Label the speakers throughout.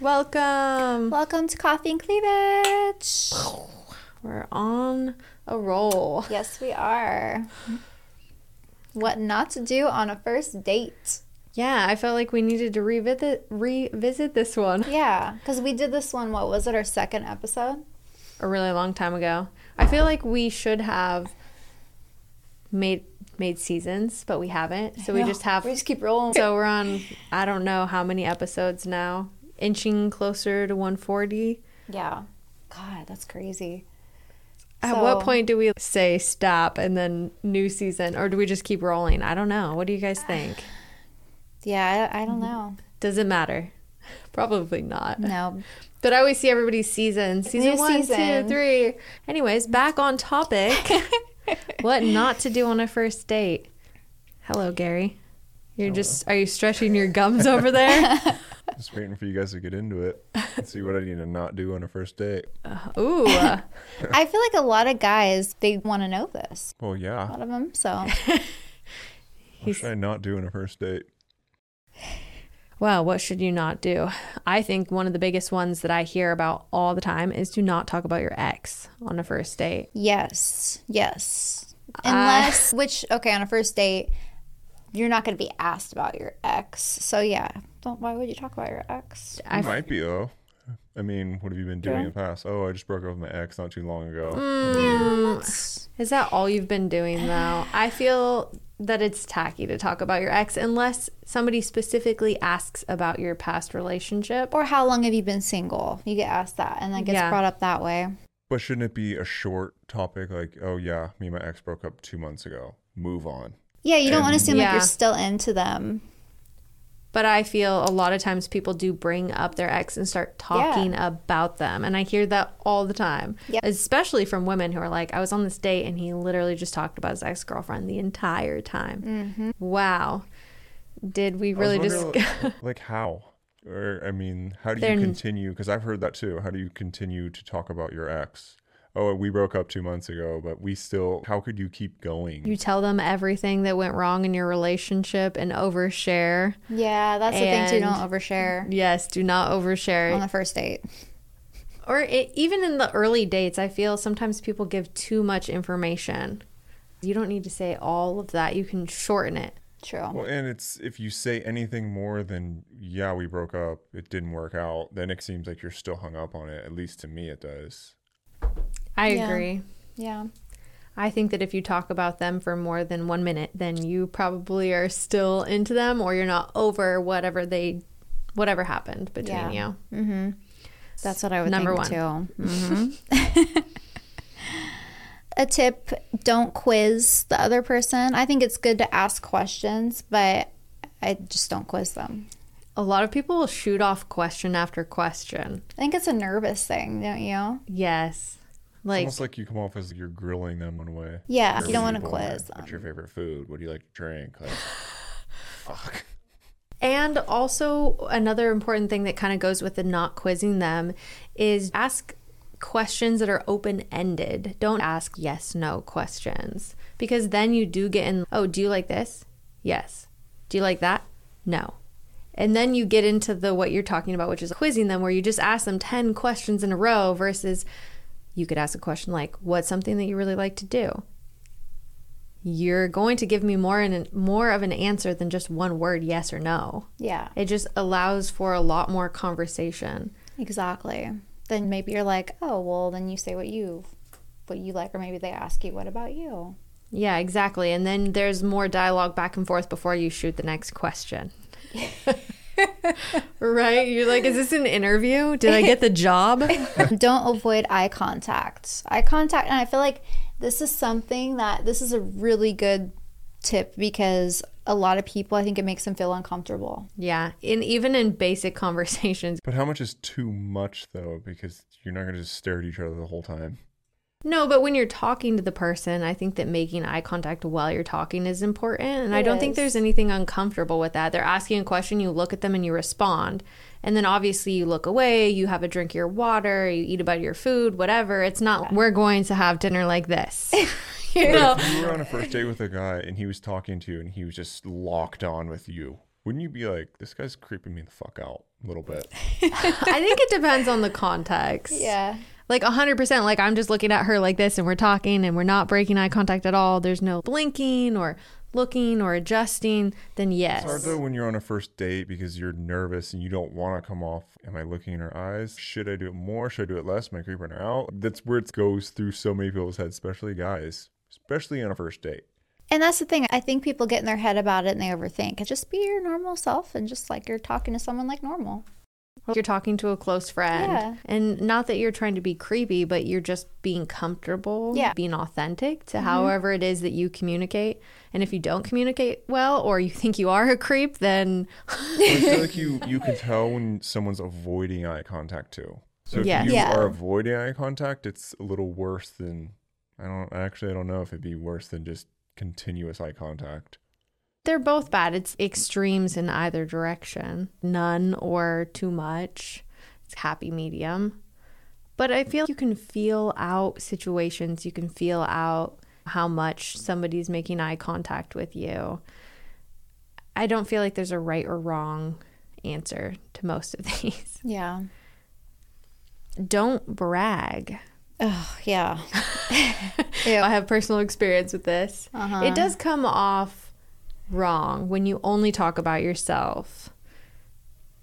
Speaker 1: Welcome.
Speaker 2: Welcome to Coffee and Cleavage.
Speaker 1: We're on a roll.
Speaker 2: Yes, we are. What not to do on a first date.
Speaker 1: Yeah, I felt like we needed to revisit revisit this one
Speaker 2: Yeah, because we did this one, what was it, our second episode?
Speaker 1: a really long time ago. I feel like we should have made made seasons, but we haven't. So we just have
Speaker 2: We just keep rolling.
Speaker 1: so we're on I don't know how many episodes now, inching closer to 140.
Speaker 2: yeah. God, that's crazy.
Speaker 1: At what
Speaker 2: So-
Speaker 1: point do we say stop and then new season or do we just keep rolling? I don't know. What do you guys think?
Speaker 2: Yeah, I, I don't know.
Speaker 1: Does it matter? Probably not.
Speaker 2: No.
Speaker 1: But I always see everybody's season. Season
Speaker 2: New
Speaker 1: one, two, three.
Speaker 2: season.
Speaker 1: Anyways, back on topic. what not to do on a first date. Hello, Gary. You're just are you stretching your gums over there?
Speaker 3: Just waiting for you guys to get into it. and see what I need to not do on a first date.
Speaker 1: Ooh. uh,
Speaker 2: I feel like a lot of guys, they want to know this.
Speaker 3: Well,
Speaker 2: A
Speaker 3: yeah.
Speaker 2: lot of them. So,
Speaker 3: What should I not do on a first date?
Speaker 1: Well, what should you not do? I think one of the biggest ones that I hear about all the time is do not talk about your ex on a first date.
Speaker 2: yes, yes.
Speaker 1: Ah.
Speaker 2: Unless, which, okay, on a first date, you're not going to be asked about your ex. So, yeah. Don't, why would you talk about your ex?
Speaker 1: I
Speaker 3: Might be though. I mean, what have you been doing in the past? Oh, I just broke up with my ex not too long ago.
Speaker 1: Mm. Is that all you've been doing though? I feel that it's tacky to talk about your ex unless somebody specifically asks about your past relationship.
Speaker 2: Or how long have you been single? You get asked that, and that gets
Speaker 1: Yeah.
Speaker 2: brought up that way.
Speaker 3: But shouldn't it be a short topic like, oh yeah, me and my ex broke up two months ago. Move on.
Speaker 2: Yeah, you don't want to
Speaker 3: And-
Speaker 2: seem like
Speaker 1: Yeah.
Speaker 2: you're still into them.
Speaker 1: But I feel a lot of times people do bring up their ex and start talking about them. And I hear that all the time,
Speaker 2: Yeah.
Speaker 1: especially from women who are like, I was on this date and he literally just talked about his ex girlfriend the entire time. Wow. Did we
Speaker 3: I was
Speaker 1: really just.
Speaker 3: wondering, like how? Or I mean, how do
Speaker 1: They're
Speaker 3: you
Speaker 1: n-
Speaker 3: continue? Because I've heard that too. How do you continue to talk about your ex? Oh, we broke up two months ago, but we still. How could you keep going?
Speaker 1: you tell them everything that went wrong in your relationship and overshare.
Speaker 2: Yeah, that's the thing too. Don't
Speaker 1: And-
Speaker 2: overshare
Speaker 1: Yes, do not
Speaker 2: on
Speaker 1: overshare.
Speaker 2: the first date.
Speaker 1: Or it, even in the early dates, I feel sometimes people give too much information. You don't need to say all of that. You can shorten it.
Speaker 2: True.
Speaker 3: Well, and it's if you say anything more than yeah, we broke up, it didn't work out, then it seems like you're still hung up on it. At least to me, it does.
Speaker 1: I
Speaker 2: Yeah.
Speaker 1: agree.
Speaker 2: Yeah.
Speaker 1: I think that if you talk about them for more than one minute, then you probably are still into them or you're not over whatever they whatever happened between
Speaker 2: Yeah.
Speaker 1: you.
Speaker 2: That's what I would
Speaker 1: Number
Speaker 2: think too. Mhm. A tip: don't quiz the other person. I think it's good to ask questions, but I just don't quiz them.
Speaker 1: A lot of people will shoot off question after question.
Speaker 2: I think it's a nervous thing, don't you?
Speaker 1: Yes.
Speaker 3: It's
Speaker 1: Like
Speaker 3: almost like you come off as you're grilling them one way.
Speaker 2: Yeah, you
Speaker 3: Or
Speaker 2: don't want to
Speaker 3: people, like,
Speaker 2: quiz them.
Speaker 3: What's your favorite food? What do you like to drink? Like, fuck.
Speaker 1: And also, another important thing that kind of goes with the not quizzing them is ask questions that are open ended. Don't ask yes no questions because then you do get in, oh, do you like this? Yes. Do you like that? No. And then you get into the what you're talking about, which is quizzing them, where you just ask them 10 questions in a row versus you could ask a question like, what's something that you really like to do? You're going to give me more and more of an answer than just one word, yes or no.
Speaker 2: Yeah.
Speaker 1: It just allows for a lot more conversation.
Speaker 2: Exactly. Then maybe you're like, oh well, then you say what you what you like, or maybe they ask you, what about you?
Speaker 1: Yeah, exactly. And then there's more dialogue back and forth before you shoot the next question. right? You're like, is this an interview? Did I get the job?
Speaker 2: Don't avoid eye contact. Eye contact, and I feel like this is something that this is a really good tip because a lot of people, I think it makes them feel uncomfortable.
Speaker 1: yeah. And even in basic conversations.
Speaker 3: But how much is too much though? Because you're not gonna just stare at each other the whole time.
Speaker 1: No, but when you're talking to the person, I think that making eye contact while you're talking is important. And I
Speaker 2: It
Speaker 1: don't think
Speaker 2: is.
Speaker 1: there's anything uncomfortable with that. They're asking a question, you look at them and you respond. And then obviously you look away, you have a drink of your water, you eat a bite of your food, whatever. It's not, we're going to have dinner like this. you know?
Speaker 3: But if you were on a first date with a guy and he was talking to you and he was just locked on with you. wouldn't you be like, this guy's creeping me the fuck out a little bit?
Speaker 1: I think it depends on the context.
Speaker 2: Yeah.
Speaker 1: Like 100%. Like I'm just looking at her like this and we're talking and we're not breaking eye contact at all. There's no blinking or looking or adjusting. Then yes.
Speaker 3: It's hard though when you're on a first date because you're nervous and you don't want to come off. Am I looking in her eyes? Should I do it more? Should I do it less? Am I creeping her out? That's where it goes through so many people's heads, especially guys, especially on a first date.
Speaker 2: And that's the thing. I think people get in their head about it and they overthink. Just be your normal self and just like you're talking to someone like normal.
Speaker 1: You're talking to a close friend.
Speaker 2: Yeah.
Speaker 1: And not that you're trying to be creepy, but you're just being comfortable,
Speaker 2: Yeah. Mm-hmm.
Speaker 1: being authentic to however it is that you communicate. And if you don't communicate well or you think you are a creep, then
Speaker 3: I feel like you you can tell when someone's avoiding eye contact too. So if
Speaker 1: Yes.
Speaker 3: you
Speaker 2: Yeah.
Speaker 3: are avoiding eye contact, it's a little worse than I don't actually I don't know if it'd be worse than just continuous eye contact.
Speaker 1: they're both bad. It's extremes in either direction none or too much. It's happy medium. But I feel you can feel out situations, you can feel out how much somebody's making eye contact with you. I don't feel like there's a right or wrong answer to most of these.
Speaker 2: Yeah.
Speaker 1: Don't brag.
Speaker 2: Oh, yeah.
Speaker 1: I have personal experience with this.
Speaker 2: Uh-huh.
Speaker 1: It does come off wrong when you only talk about yourself,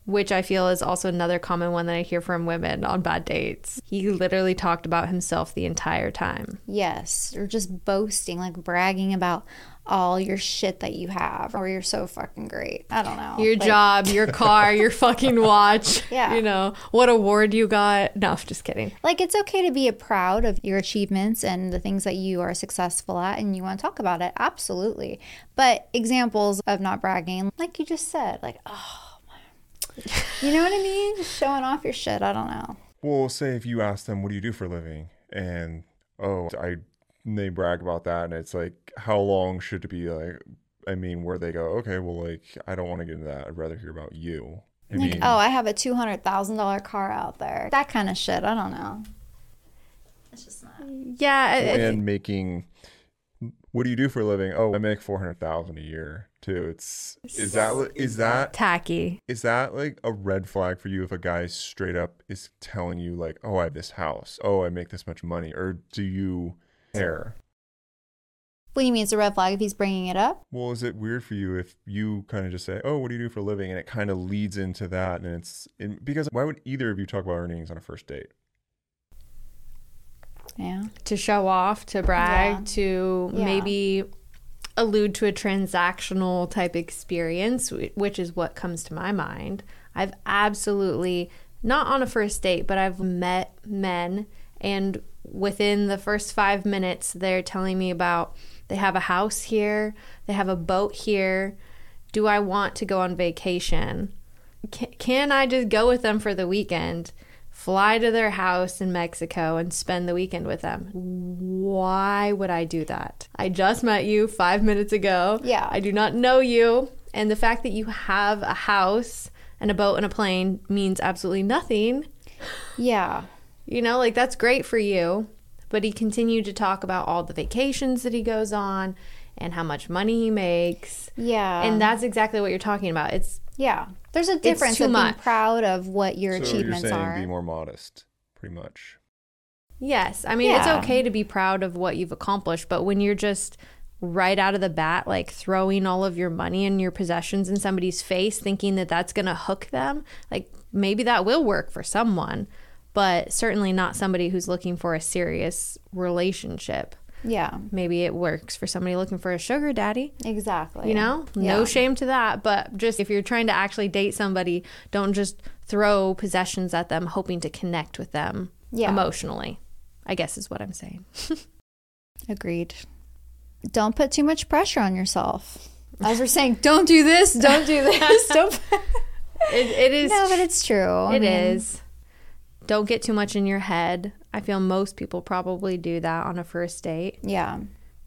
Speaker 1: which I feel is also another common one that I hear from women on bad dates. He literally talked about himself the entire time.
Speaker 2: Yes. Or just boasting, like bragging about all your shit that you have or you're so fucking great. I don't know.
Speaker 1: Your
Speaker 2: Oh, Like,
Speaker 1: job, your car, your fucking watch.
Speaker 2: Yeah.
Speaker 1: You know, what award you got. No, just kidding.
Speaker 2: Like it's okay to be proud of your achievements and the things that you are successful at and you want to talk about it. Absolutely. But examples of not bragging, like you just said, like, oh, you know what I mean? Just showing off your shit. I don't know.
Speaker 3: Well, say if you ask them, "What do you do for a living?" and oh, I and they brag about that, and it's like, how long should it be? Like, I mean, where they go, okay, well, like, I don't want to get into that. I'd rather hear about you. I mean,
Speaker 2: Oh, I have a $200,000 car out there. That kind of shit. I don't know. It's just not.
Speaker 1: Yeah. I- I-
Speaker 3: and making. What do you do for a living? Oh, I make four hundred thousand a year too. It's is that is that
Speaker 1: tacky.
Speaker 3: is that like a red flag for you if a guy straight up is telling you like, oh, I have this house, oh, I make this much money, or do you care?
Speaker 2: What do you mean it's a red flag if he's bringing it up?
Speaker 3: Well, is it weird for you if you kind of just say, "Oh, what do you do for a living?" and it kind of leads into that, and it's and because why would either of you talk about earnings on a first date?
Speaker 2: Yeah.
Speaker 1: to show off, to brag,
Speaker 2: Yeah.
Speaker 1: to
Speaker 2: Yeah.
Speaker 1: maybe allude to a transactional type experience, wh- which is what comes to my mind. I've absolutely, not on a first date, but I've met men, and within the first five minutes, they're telling me about they have a house here, they have a boat here. Do I want to go on vacation? can, can I just go with them for the weekend, fly to their house in Mexico and spend the weekend with them? Why would I do that? I just met you five minutes ago.
Speaker 2: Yeah.
Speaker 1: I do not know you. And the fact that you have a house and a boat and a plane means absolutely nothing.
Speaker 2: Yeah.
Speaker 1: You know, like that's great for you. But he continued to talk about all the vacations that he goes on and how much money he makes.
Speaker 2: Yeah.
Speaker 1: And that's exactly what you're talking about. It's
Speaker 2: yeah. There's a difference
Speaker 1: too
Speaker 2: of being
Speaker 1: much.
Speaker 2: proud of what your
Speaker 3: so you're
Speaker 2: achievements
Speaker 3: saying
Speaker 2: are.
Speaker 3: be more modest, pretty much.
Speaker 1: Yes. I mean,
Speaker 2: Yeah.
Speaker 1: it's okay to be proud of what you've accomplished, but when you're just right out of the bat, like throwing all of your money and your possessions in somebody's face, thinking that that's going to hook them, like maybe that will work for someone, but certainly not somebody who's looking for a serious relationship.
Speaker 2: yeah.
Speaker 1: Maybe it works for somebody looking for a sugar daddy.
Speaker 2: Exactly.
Speaker 1: You know,
Speaker 2: Yeah.
Speaker 1: no shame to that. But just if you're trying to actually date somebody, don't just throw possessions at them, hoping to connect with them
Speaker 2: Yeah.
Speaker 1: emotionally. I guess is what I'm saying.
Speaker 2: Agreed. Don't put too much pressure on yourself. As we're saying, don't do this, don't do this, don't.
Speaker 1: It, it is.
Speaker 2: no, but it's true. I
Speaker 1: it
Speaker 2: mean,
Speaker 1: is. Don't get too much in your head. I feel most people probably do that on a first date
Speaker 2: Yeah.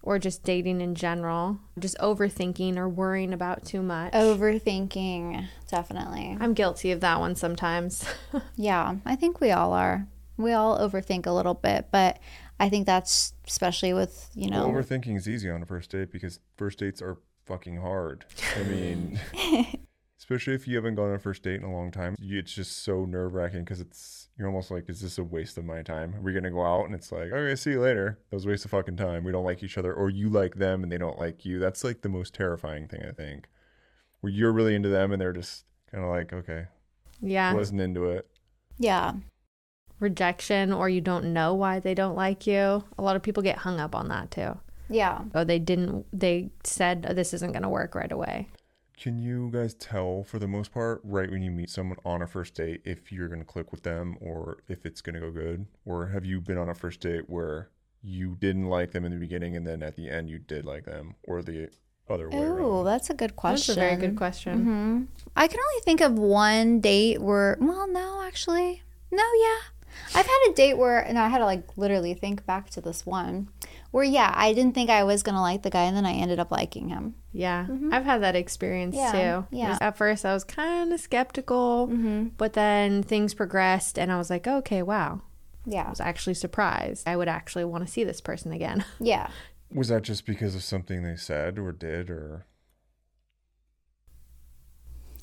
Speaker 1: or just dating in general. Just overthinking or worrying about too much.
Speaker 2: Oh. Overthinking, definitely.
Speaker 1: I'm guilty of that one sometimes.
Speaker 2: Yeah, I think we all are. We all overthink a little bit, but I think that's especially with, you know,
Speaker 3: Well, overthinking is easy on a first date because first dates are fucking hard. I mean, especially if you haven't gone on a first date in a long time. You, it's just so nerve wracking because it's you're almost like, is this a waste of my time? Are we gonna go out? And it's like, okay, see you later. That was a waste of fucking time. We don't like each other, or you like them and they don't like you. That's like the most terrifying thing I think, where you're really into them and they're just kind of like, okay,
Speaker 1: Yeah.
Speaker 3: wasn't into it.
Speaker 2: Yeah.
Speaker 1: Rejection or you don't know why they don't like you. A lot of people get hung up on that too.
Speaker 2: Yeah.
Speaker 1: Oh, they didn't, they said "Oh, this isn't going to work right away.
Speaker 3: Can you guys tell, for the most part, right when you meet someone on a first date, if you're going to click with them or if it's going to go good? Or have you been on a first date where you didn't like them in the beginning and then at the end you did like them or the other way
Speaker 2: Oh,
Speaker 3: around?
Speaker 2: that's a good question.
Speaker 1: That's a very good question. Mm-hmm.
Speaker 2: hmm I can only think of one date where, well, no, actually, no, yeah. I've had a date where, and I had to like literally think back to this one where, yeah, I didn't think I was going to like the guy and then I ended up liking him.
Speaker 1: Yeah, I've had that experience
Speaker 2: Yeah,
Speaker 1: too.
Speaker 2: yeah.
Speaker 1: At first, I was kind of skeptical, but then things progressed, and I was like, okay, wow. I
Speaker 2: Yeah.
Speaker 1: was actually surprised. I would actually want to see this person again.
Speaker 2: Yeah.
Speaker 3: Was that just because of something they said or did or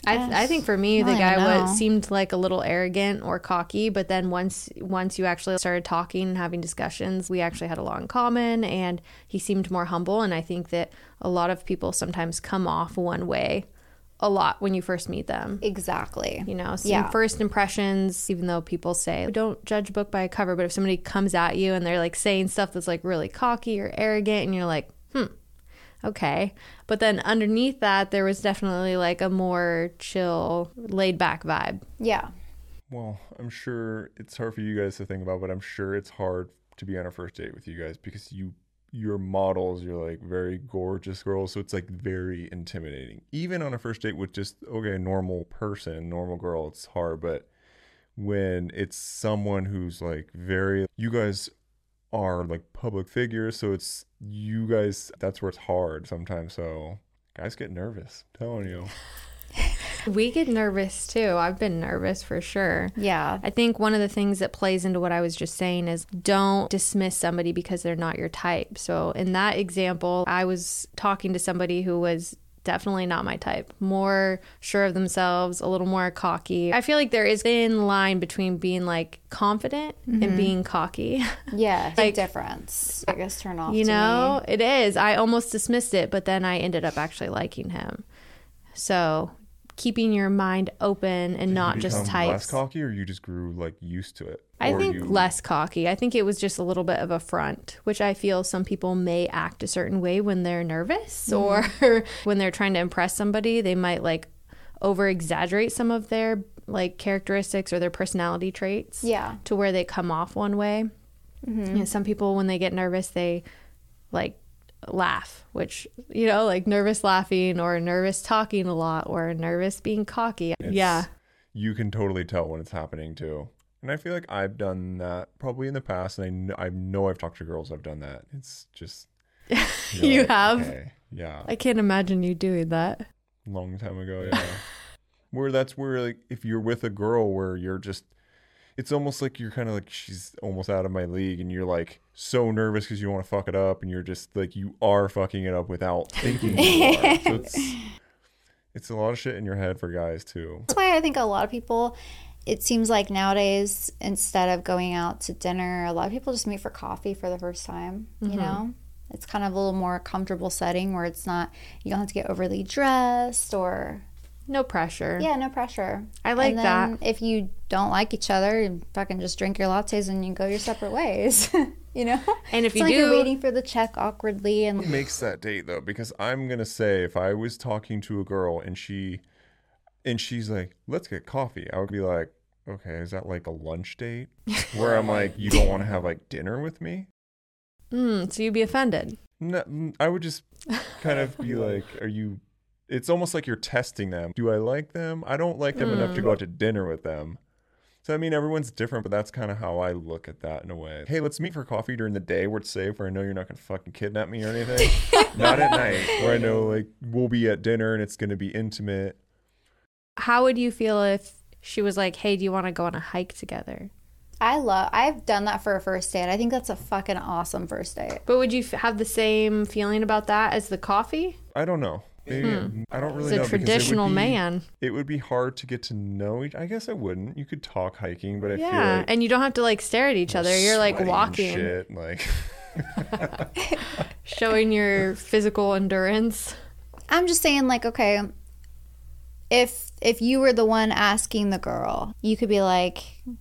Speaker 1: I, I think for me, the
Speaker 2: I don't
Speaker 1: guy
Speaker 2: know.
Speaker 1: was, seemed like a little arrogant or cocky, but then once once you actually started talking and having discussions, we actually had a lot in common, and he seemed more humble. And I think that a lot of people sometimes come off one way a lot when you first meet them.
Speaker 2: Exactly.
Speaker 1: you know some
Speaker 2: Yeah.
Speaker 1: first impressions even though people say "Oh, don't judge a book by a cover but if somebody comes at you and they're like saying stuff that's like really cocky or arrogant and you're like hmm okay but then underneath that there was definitely like a more chill laid back vibe
Speaker 2: Yeah.
Speaker 3: Well, I'm sure it's hard for you guys to think about, but I'm sure it's hard to be on a first date with you guys because you your models, you're like very gorgeous girls, so it's like very intimidating. Even on a first date with just okay, a normal person, normal girl, it's hard, but when it's someone who's like very you guys are like public figures, so it's you guys that's where it's hard sometimes, so guys get nervous. I'm telling you.
Speaker 1: we get nervous too i've been nervous for sure
Speaker 2: Yeah.
Speaker 1: I think one of the things that plays into what I was just saying is don't dismiss somebody because they're not your type. So, in that example, I was talking to somebody who was definitely not my type, more sure of themselves, a little more cocky. I feel like there is a thin line between being like confident and being cocky.
Speaker 2: Yeah. Big
Speaker 1: Like-
Speaker 2: difference. Biggest turn off.
Speaker 1: You
Speaker 2: to me.
Speaker 1: know, it is. I almost dismissed it, but then I ended up actually liking him. So, keeping your mind open and not
Speaker 3: You
Speaker 1: just
Speaker 3: become Less
Speaker 1: types.
Speaker 3: cocky, or you just grew like used to it.
Speaker 1: I
Speaker 3: Or
Speaker 1: think
Speaker 3: you-
Speaker 1: less cocky. I think it was just a little bit of a front, which I feel some people may act a certain way when they're nervous or when they're trying to impress somebody. They might like over exaggerate some of their like characteristics or their personality traits
Speaker 2: Yeah.
Speaker 1: to where they come off one way. You know, some people when they get nervous, they like laugh, which you know, like nervous laughing or nervous talking a lot or nervous being cocky. yeah.
Speaker 3: you can totally tell when it's happening too. And I feel like I've done that probably in the past, and I know, I know I've talked to girls I've done that. It's just you're
Speaker 1: You have?
Speaker 3: okay, yeah,
Speaker 1: I can't imagine you doing that.
Speaker 3: long time ago, yeah. where that's where like if you're with a girl where you're just, it's almost like you're kind of like she's almost out of my league, and you're like so nervous because you want to fuck it up, and you're just like you are fucking it up without thinking. you are. So it's, it's a lot of shit in your head for guys too.
Speaker 2: That's why I think a lot of people, it seems like nowadays, instead of going out to dinner, a lot of people just meet for coffee for the first time.
Speaker 1: Mm-hmm.
Speaker 2: You know, it's kind of a little more comfortable setting where it's not, you don't have to get overly dressed or,
Speaker 1: No pressure.
Speaker 2: yeah, no pressure.
Speaker 1: I like
Speaker 2: and then If you don't like each other, you fucking just drink your lattes and you go your separate ways. you know?
Speaker 1: And if
Speaker 2: It's
Speaker 1: you
Speaker 2: not like you're
Speaker 1: do-
Speaker 2: waiting for the check awkwardly and
Speaker 3: makes that date though because i'm gonna say if i was talking to a girl and she and she's like let's get coffee i would be like okay is that like a lunch date where i'm like you don't want to have like dinner with me
Speaker 1: Mm, so you'd be offended.
Speaker 3: no, mm, i would just kind of be like are you it's almost like you're testing them do i like them i don't like them enough to
Speaker 1: Hmm.
Speaker 3: go out to dinner with them so i mean everyone's different but that's kind of how i look at that in a way hey let's meet for coffee during the day where it's safe where i know you're not going to fucking kidnap me or anything not at night where i
Speaker 1: Hmm.
Speaker 3: know like we'll be at dinner and it's going to be intimate
Speaker 1: How would you feel if she was like, "Hey, do you want to go on a hike together?"
Speaker 2: I love, I've done that for a first date. I think that's a fucking awesome first date.
Speaker 1: But would you f- have the same feeling about that as the coffee?
Speaker 3: i don't know Maybe I
Speaker 1: He's Hmm. a
Speaker 3: don't really know. because it would
Speaker 1: traditional
Speaker 3: be-
Speaker 1: man.
Speaker 3: It would be hard to get to know each. I guess I wouldn't. You could talk hiking, but I
Speaker 1: Yeah.
Speaker 3: feel like
Speaker 1: And you don't have to like stare at each other. You're like
Speaker 3: sweaty and
Speaker 1: walking,
Speaker 3: Shit, like
Speaker 1: showing your physical endurance.
Speaker 2: I'm just saying, like, okay, if if you were the one asking the girl, you could be like,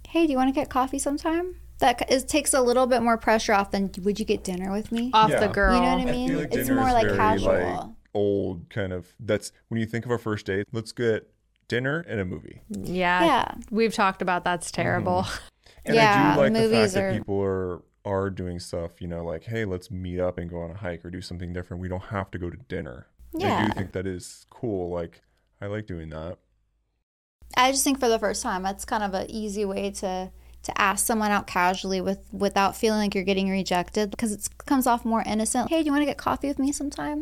Speaker 2: "Hey, do you want to get coffee sometime?" That c- it takes a little bit more pressure off than "Would you get dinner with me?"
Speaker 1: Off
Speaker 3: Yeah.
Speaker 1: the
Speaker 3: You know
Speaker 1: girl.
Speaker 2: You know what I
Speaker 3: I
Speaker 2: mean?
Speaker 3: feel like
Speaker 2: it's
Speaker 3: dinner
Speaker 2: more
Speaker 3: is
Speaker 2: like
Speaker 3: very,
Speaker 2: casual.
Speaker 3: like, old kind of. That's when you think of our first date. Let's get dinner and a movie.
Speaker 1: Yeah.
Speaker 2: Yeah.
Speaker 1: We've talked about that's
Speaker 3: Mm-hmm.
Speaker 1: terrible.
Speaker 3: And
Speaker 2: Yeah,
Speaker 3: I do like the
Speaker 2: movies
Speaker 3: fact that
Speaker 2: are-
Speaker 3: people are are doing stuff, you know, like, hey, let's meet up and go on a hike or do something different. We don't have to go to dinner. I
Speaker 2: Yeah.
Speaker 3: do think that is cool. Like, I like doing that.
Speaker 2: I just think for the first time, that's kind of an easy way to to ask someone out casually with without feeling like you're getting rejected because it comes off more innocent. Hey, do you want to get coffee with me sometime?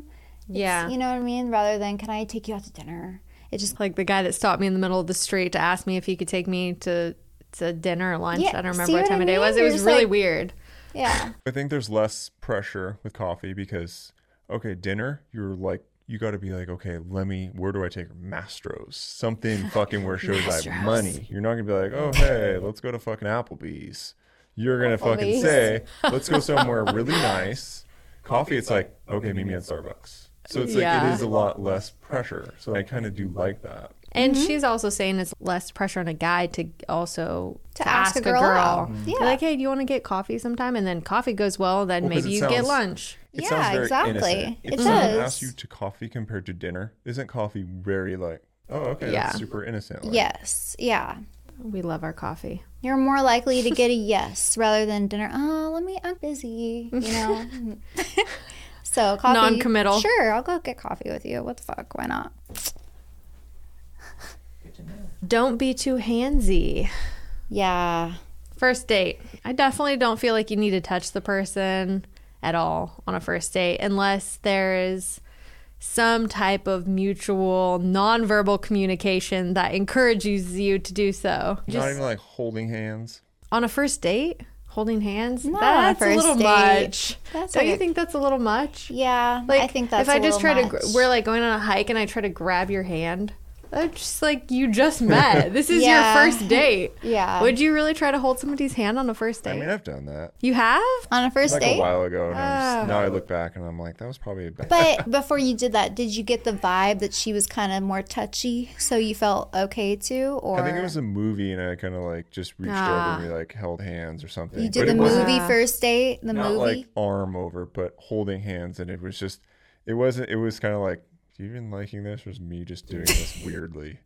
Speaker 2: It's-
Speaker 1: Yeah.
Speaker 2: you know what I mean. Rather than can I take you out to dinner? It just
Speaker 1: Like the guy that stopped me in the middle of the street to ask me if he could take me to to dinner or lunch.
Speaker 2: Yeah,
Speaker 1: I don't
Speaker 2: see
Speaker 1: remember what
Speaker 2: what
Speaker 1: time
Speaker 2: I
Speaker 1: of day it was. It
Speaker 2: mean? You're
Speaker 1: was
Speaker 2: just
Speaker 1: really
Speaker 2: like-
Speaker 1: weird.
Speaker 2: yeah
Speaker 3: I think there's less pressure with coffee because, okay, dinner, you're like, you got to be like, okay, let me, where do I take her? Mastro's? Something fucking where it shows I have money. You're not going to be like, oh, hey, let's go to fucking Applebee's. You're going to fucking
Speaker 2: Applebee's.
Speaker 3: say, let's go somewhere really nice. Coffee, it's like, okay, meet me at Starbucks. So it's like,
Speaker 1: Yeah.
Speaker 3: it is a lot less pressure. So I kind of do like that.
Speaker 1: And
Speaker 2: Mm-hmm.
Speaker 1: she's also saying it's less pressure on a guy to also
Speaker 2: To ask a girl out.
Speaker 1: Be
Speaker 2: Yeah.
Speaker 1: Like, hey, do you want to get coffee sometime? And then coffee goes well, then
Speaker 3: Well, 'cause
Speaker 1: maybe you
Speaker 3: it
Speaker 1: get
Speaker 3: sounds-
Speaker 1: lunch.
Speaker 3: It
Speaker 2: Yeah,
Speaker 3: sounds very
Speaker 2: exactly.
Speaker 3: innocent. If
Speaker 2: It
Speaker 3: someone
Speaker 2: does.
Speaker 3: asks you to coffee compared to dinner, isn't coffee very like, oh, okay,
Speaker 1: Yeah.
Speaker 3: that's super innocent? Like,
Speaker 2: yes yeah
Speaker 1: We love our coffee.
Speaker 2: you're more likely to get a yes rather than dinner. Oh, let me. I'm busy. You know. so coffee.
Speaker 1: Non-committal.
Speaker 2: Sure, I'll go get coffee with you. What the fuck? Why not?
Speaker 1: Don't be too handsy.
Speaker 2: Yeah.
Speaker 1: First date. I definitely don't feel like you need to touch the person at all on a first date unless there's some type of mutual nonverbal communication that encourages you to do so.
Speaker 3: Not
Speaker 1: Just
Speaker 3: even like holding hands.
Speaker 1: on a first date, holding hands,
Speaker 2: Not on a
Speaker 1: that's a
Speaker 2: first
Speaker 1: little
Speaker 2: date.
Speaker 1: much.
Speaker 2: That's
Speaker 1: don't
Speaker 2: like
Speaker 1: you
Speaker 2: a-
Speaker 1: think that's a little much?
Speaker 2: Yeah. I think that's.
Speaker 1: if I just try
Speaker 2: try
Speaker 1: to gr- we're like going on a hike and I try to grab your hand, that's just like you just met. This is
Speaker 2: Yeah.
Speaker 1: your first date.
Speaker 2: Yeah.
Speaker 1: Would you really try to hold somebody's hand on a first date?
Speaker 3: I mean, I've done that
Speaker 1: you have?
Speaker 2: on a first
Speaker 3: like
Speaker 2: date.
Speaker 3: a while ago. And I'm
Speaker 1: Oh.
Speaker 3: just, now I look back and I'm like, that was probably a bad.
Speaker 2: But before you did that, did you get the vibe that she was kind of more touchy, so you felt okay too, or
Speaker 3: I think it was a movie, and I kind of like just reached
Speaker 1: Ah.
Speaker 3: over and we like held hands or something.
Speaker 2: you
Speaker 3: but
Speaker 2: did the
Speaker 3: it wasn't
Speaker 2: movie
Speaker 1: Yeah.
Speaker 2: first date, the
Speaker 3: not
Speaker 2: movie?
Speaker 3: like arm over, but holding hands, and it was just, it wasn't. It was kind of like, do you even liking this, or is me just doing this weirdly?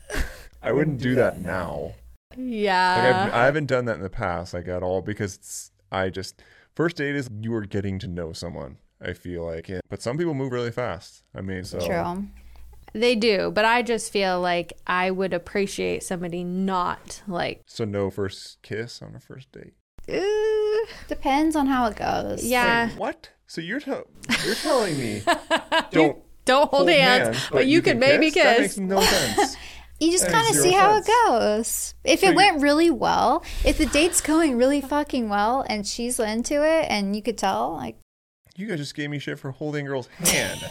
Speaker 3: I wouldn't do that now. Like
Speaker 1: Yeah.
Speaker 3: I've, I haven't done that in the past, like at all, because it's, I just first date is you are getting to know someone. I feel like, it. but some people move really fast. I mean, so
Speaker 2: True.
Speaker 1: they do, but I just feel like I would appreciate somebody not like
Speaker 3: so no first kiss on a first date.
Speaker 1: "Ooh."
Speaker 2: Depends on how it goes.
Speaker 1: Yeah.
Speaker 3: Wait, what? So you're tell you're telling me don't
Speaker 1: Don't hold, hands, but, you, could
Speaker 3: can
Speaker 1: maybe
Speaker 3: That
Speaker 1: kiss.
Speaker 3: makes no sense.
Speaker 2: You just
Speaker 3: Hey,
Speaker 2: kind of
Speaker 3: zero
Speaker 2: see how it
Speaker 3: offense.
Speaker 2: goes. If it
Speaker 3: you-
Speaker 2: went really well, if the date's going really fucking well and she's into it and you could tell, like,
Speaker 3: you guys just gave me shit for holding girls' hand.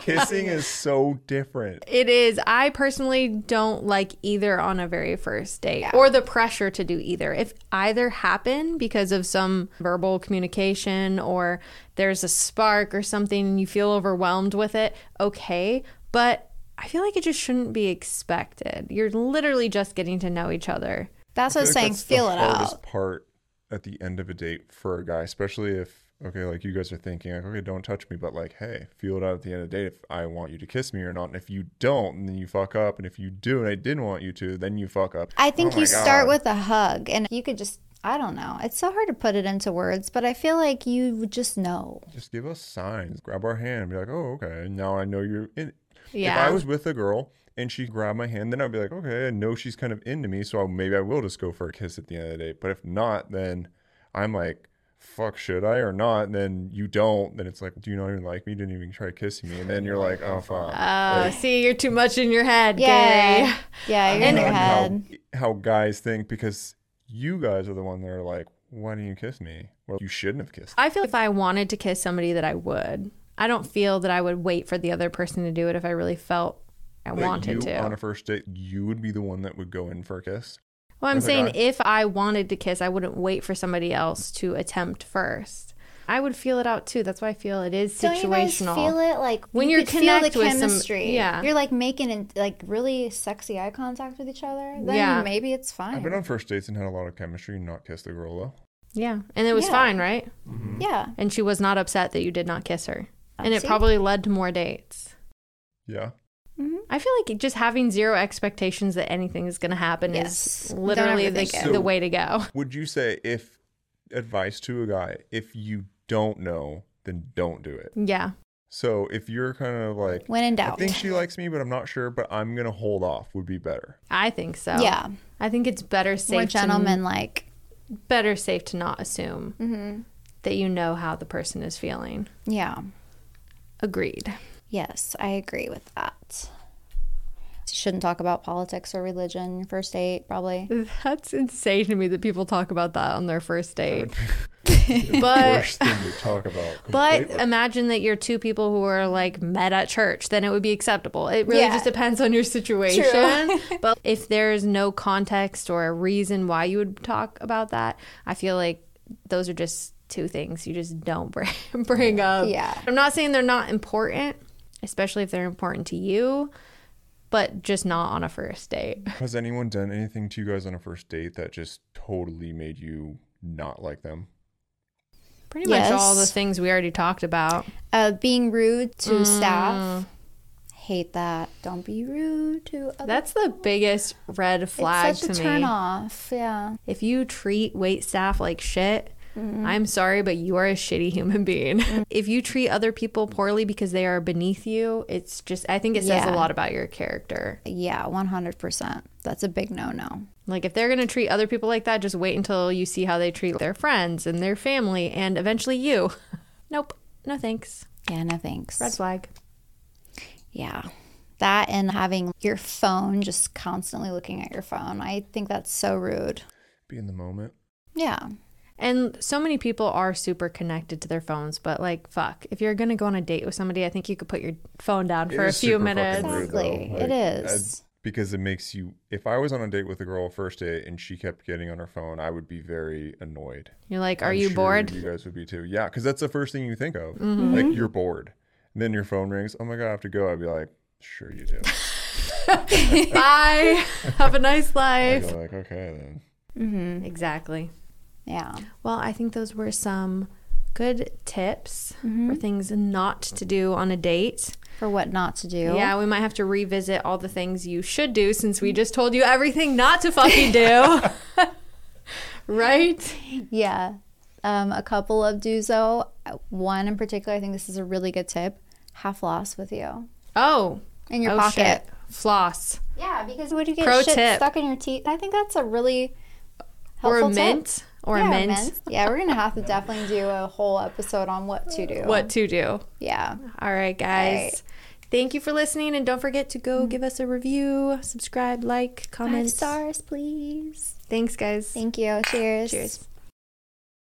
Speaker 3: Kissing is so different.
Speaker 1: It is. I personally don't like either on a very first date or the pressure to do either. If either happen because of some verbal communication or there's a spark or something and you feel overwhelmed with it, okay. But I feel like it just shouldn't be expected. You're literally just getting to know each other.
Speaker 2: that's what I was
Speaker 3: feel like
Speaker 2: saying,
Speaker 3: that's
Speaker 2: feel
Speaker 3: the
Speaker 2: it
Speaker 3: hardest
Speaker 2: out.
Speaker 3: part at the end of a date for a guy, especially if okay, like you guys are thinking, like, okay, don't touch me, but like, hey, feel it out at the end of the date if I want you to kiss me or not. And if you don't, and then you fuck up. And if you do, and I didn't want you to, then you fuck up.
Speaker 2: I think
Speaker 3: Oh my
Speaker 2: you start
Speaker 3: God.
Speaker 2: with a hug and you could just, I don't know. It's so hard to put it into words, but I feel like you would just know.
Speaker 3: just give us signs, grab our hand, and be like, oh, okay, now I know you're in.
Speaker 1: Yeah.
Speaker 3: If I was with a girl and she grabbed my hand, then I'd be like, okay, I know she's kind of into me, so I'll, maybe I will just go for a kiss at the end of the day. But if not, then I'm like, fuck, should I or not? And then you don't. Then it's like, do you not even like me? Didn't even try kissing me. And then you're like, oh, fuck.
Speaker 1: Uh, see, you're too much in your head, Gary.
Speaker 2: Yeah. Yeah, you're in
Speaker 3: Like,
Speaker 2: your head.
Speaker 3: How, how guys think because you guys are the one that are like, why didn't you kiss me? Well, you shouldn't have kissed.
Speaker 1: I feel if I wanted to kiss somebody that I would. I don't feel that I would wait for the other person to do it if I really felt I
Speaker 3: Like,
Speaker 1: wanted
Speaker 3: you,
Speaker 1: to.
Speaker 3: On a first date, you would be the one that would go in for a kiss.
Speaker 1: Well, I'm
Speaker 3: As a
Speaker 1: saying
Speaker 3: guy.
Speaker 1: if I wanted to kiss, I wouldn't wait for somebody else to attempt first. I would feel it out too. That's why I feel it is
Speaker 2: Don't you guys
Speaker 1: situational.
Speaker 2: feel it like
Speaker 1: When
Speaker 2: you
Speaker 1: you're
Speaker 2: could feel the
Speaker 1: connect with some-
Speaker 2: chemistry?
Speaker 1: yeah.
Speaker 2: you're like making it, like really sexy eye contact with each other. Then
Speaker 1: Yeah.
Speaker 2: maybe it's
Speaker 3: I've been
Speaker 2: fine.
Speaker 3: on first dates and had a lot of chemistry and not kissed the girl though.
Speaker 1: yeah, and it was
Speaker 2: Yeah.
Speaker 1: fine, right?
Speaker 2: yeah,
Speaker 1: And she was not upset that you did not kiss her, and it
Speaker 2: See?
Speaker 1: probably led to more dates.
Speaker 3: Yeah.
Speaker 2: hmm
Speaker 1: I feel like just having zero expectations that anything is going to happen
Speaker 2: Yes.
Speaker 1: is
Speaker 2: Don't
Speaker 1: literally the,
Speaker 2: overthink
Speaker 3: it.
Speaker 1: the way to go.
Speaker 3: Would you say if advice to a guy, if you don't know, then don't do it.
Speaker 1: Yeah.
Speaker 3: So if you're kind of like
Speaker 2: When in
Speaker 3: I
Speaker 2: doubt,
Speaker 3: think she likes me, but I'm not sure, but I'm gonna hold off would be better.
Speaker 1: I think so.
Speaker 2: yeah,
Speaker 1: I think it's better safe
Speaker 2: more
Speaker 1: to-
Speaker 2: gentleman like.
Speaker 1: better safe to not assume
Speaker 2: hmm
Speaker 1: that you know how the person is feeling.
Speaker 2: Yeah.
Speaker 1: Agreed.
Speaker 2: Yes, I agree with that. Shouldn't talk about politics or religion your first date, probably.
Speaker 1: That's insane to me that people talk about that on their first date.
Speaker 2: Uh,
Speaker 1: but
Speaker 3: Worst thing to talk about.
Speaker 1: but
Speaker 2: um,
Speaker 3: completely.
Speaker 1: imagine that you're two people who are like met at church, then it would be acceptable. It really
Speaker 2: Yeah.
Speaker 1: just depends on your situation. but if there's no context or a reason why you would talk about that, I feel like those are just two things you just don't bring bring up.
Speaker 2: Yeah.
Speaker 1: I'm not saying they're not important, especially if they're important to you, but just not on a first date.
Speaker 3: has anyone done anything to you guys on a first date that just totally made you not like them?
Speaker 1: Pretty much all the
Speaker 2: Yes.
Speaker 1: things we already talked about.
Speaker 2: Uh, being rude to
Speaker 1: Mm.
Speaker 2: staff. Hate that. Don't be rude to other
Speaker 1: That's the biggest red flag
Speaker 2: It's such a
Speaker 1: to
Speaker 2: turn
Speaker 1: me.
Speaker 2: off. Yeah.
Speaker 1: If you treat wait staff like shit, I'm sorry, but you are a shitty human being. if you treat other people poorly because they are beneath you, it's just I think it says
Speaker 2: Yeah.
Speaker 1: a lot about your character.
Speaker 2: Yeah, 100%. That's a big no no.
Speaker 1: Like if they're gonna treat other people like that, just wait until you see how they treat their friends and their family and eventually you. nope. No thanks.
Speaker 2: Yeah, no thanks.
Speaker 1: Red flag.
Speaker 2: Yeah. That and having your phone just constantly looking at your phone. I think that's so rude.
Speaker 3: Be in the moment.
Speaker 2: Yeah.
Speaker 1: And so many people are super connected to their phones, but like, fuck, if you're gonna go on a date with somebody, I think you could put your phone down
Speaker 3: It
Speaker 1: for a
Speaker 3: is
Speaker 1: few
Speaker 3: super fucking
Speaker 1: minutes.
Speaker 3: rude, though.
Speaker 2: Exactly. It is.
Speaker 3: I- because it makes you. If I was on a date with a girl first date and she kept getting on her phone, I would be very annoyed.
Speaker 1: You're like, are
Speaker 3: I'm
Speaker 1: you
Speaker 3: sure
Speaker 1: bored? Mm-hmm.
Speaker 3: You guys would be too. Yeah, because that's the first thing you think of. Like you're bored. And then your phone rings. Oh my god, I have to go. I'd be like, sure you do.
Speaker 1: Bye. Have a nice
Speaker 3: I'd
Speaker 1: life.
Speaker 3: go like, okay then.
Speaker 2: Mm-hmm.
Speaker 1: Exactly.
Speaker 2: Yeah.
Speaker 1: Well, I think those were some good tips
Speaker 2: Mm-hmm.
Speaker 1: for things not to do on a date.
Speaker 2: For what not to do.
Speaker 1: Yeah, we might have to revisit all the things you should do since we just told you everything not to fucking do. right?
Speaker 2: Yeah. Um, a couple of dozo. One in particular, I think this is a really good tip. Have floss with you
Speaker 1: Oh,
Speaker 2: in your
Speaker 1: oh,
Speaker 2: pocket.
Speaker 1: shit. Floss
Speaker 2: Yeah, because would you get
Speaker 1: Pro
Speaker 2: shit
Speaker 1: tip.
Speaker 2: stuck in your teeth? I think that's a really
Speaker 1: or
Speaker 2: helpful
Speaker 1: a mint
Speaker 2: Tip.
Speaker 1: or
Speaker 2: yeah,
Speaker 1: a mint.
Speaker 2: Yeah, we're gonna have to definitely do a whole episode on what to do.
Speaker 1: What to do.
Speaker 2: Yeah.
Speaker 1: All right, guys.
Speaker 2: All right.
Speaker 1: Thank you for listening and don't forget to go give us a review, subscribe, like,
Speaker 2: Mm-hmm. Five
Speaker 1: comment.
Speaker 2: stars, please.
Speaker 1: Thanks, guys.
Speaker 2: Thank you. Cheers.
Speaker 1: Cheers.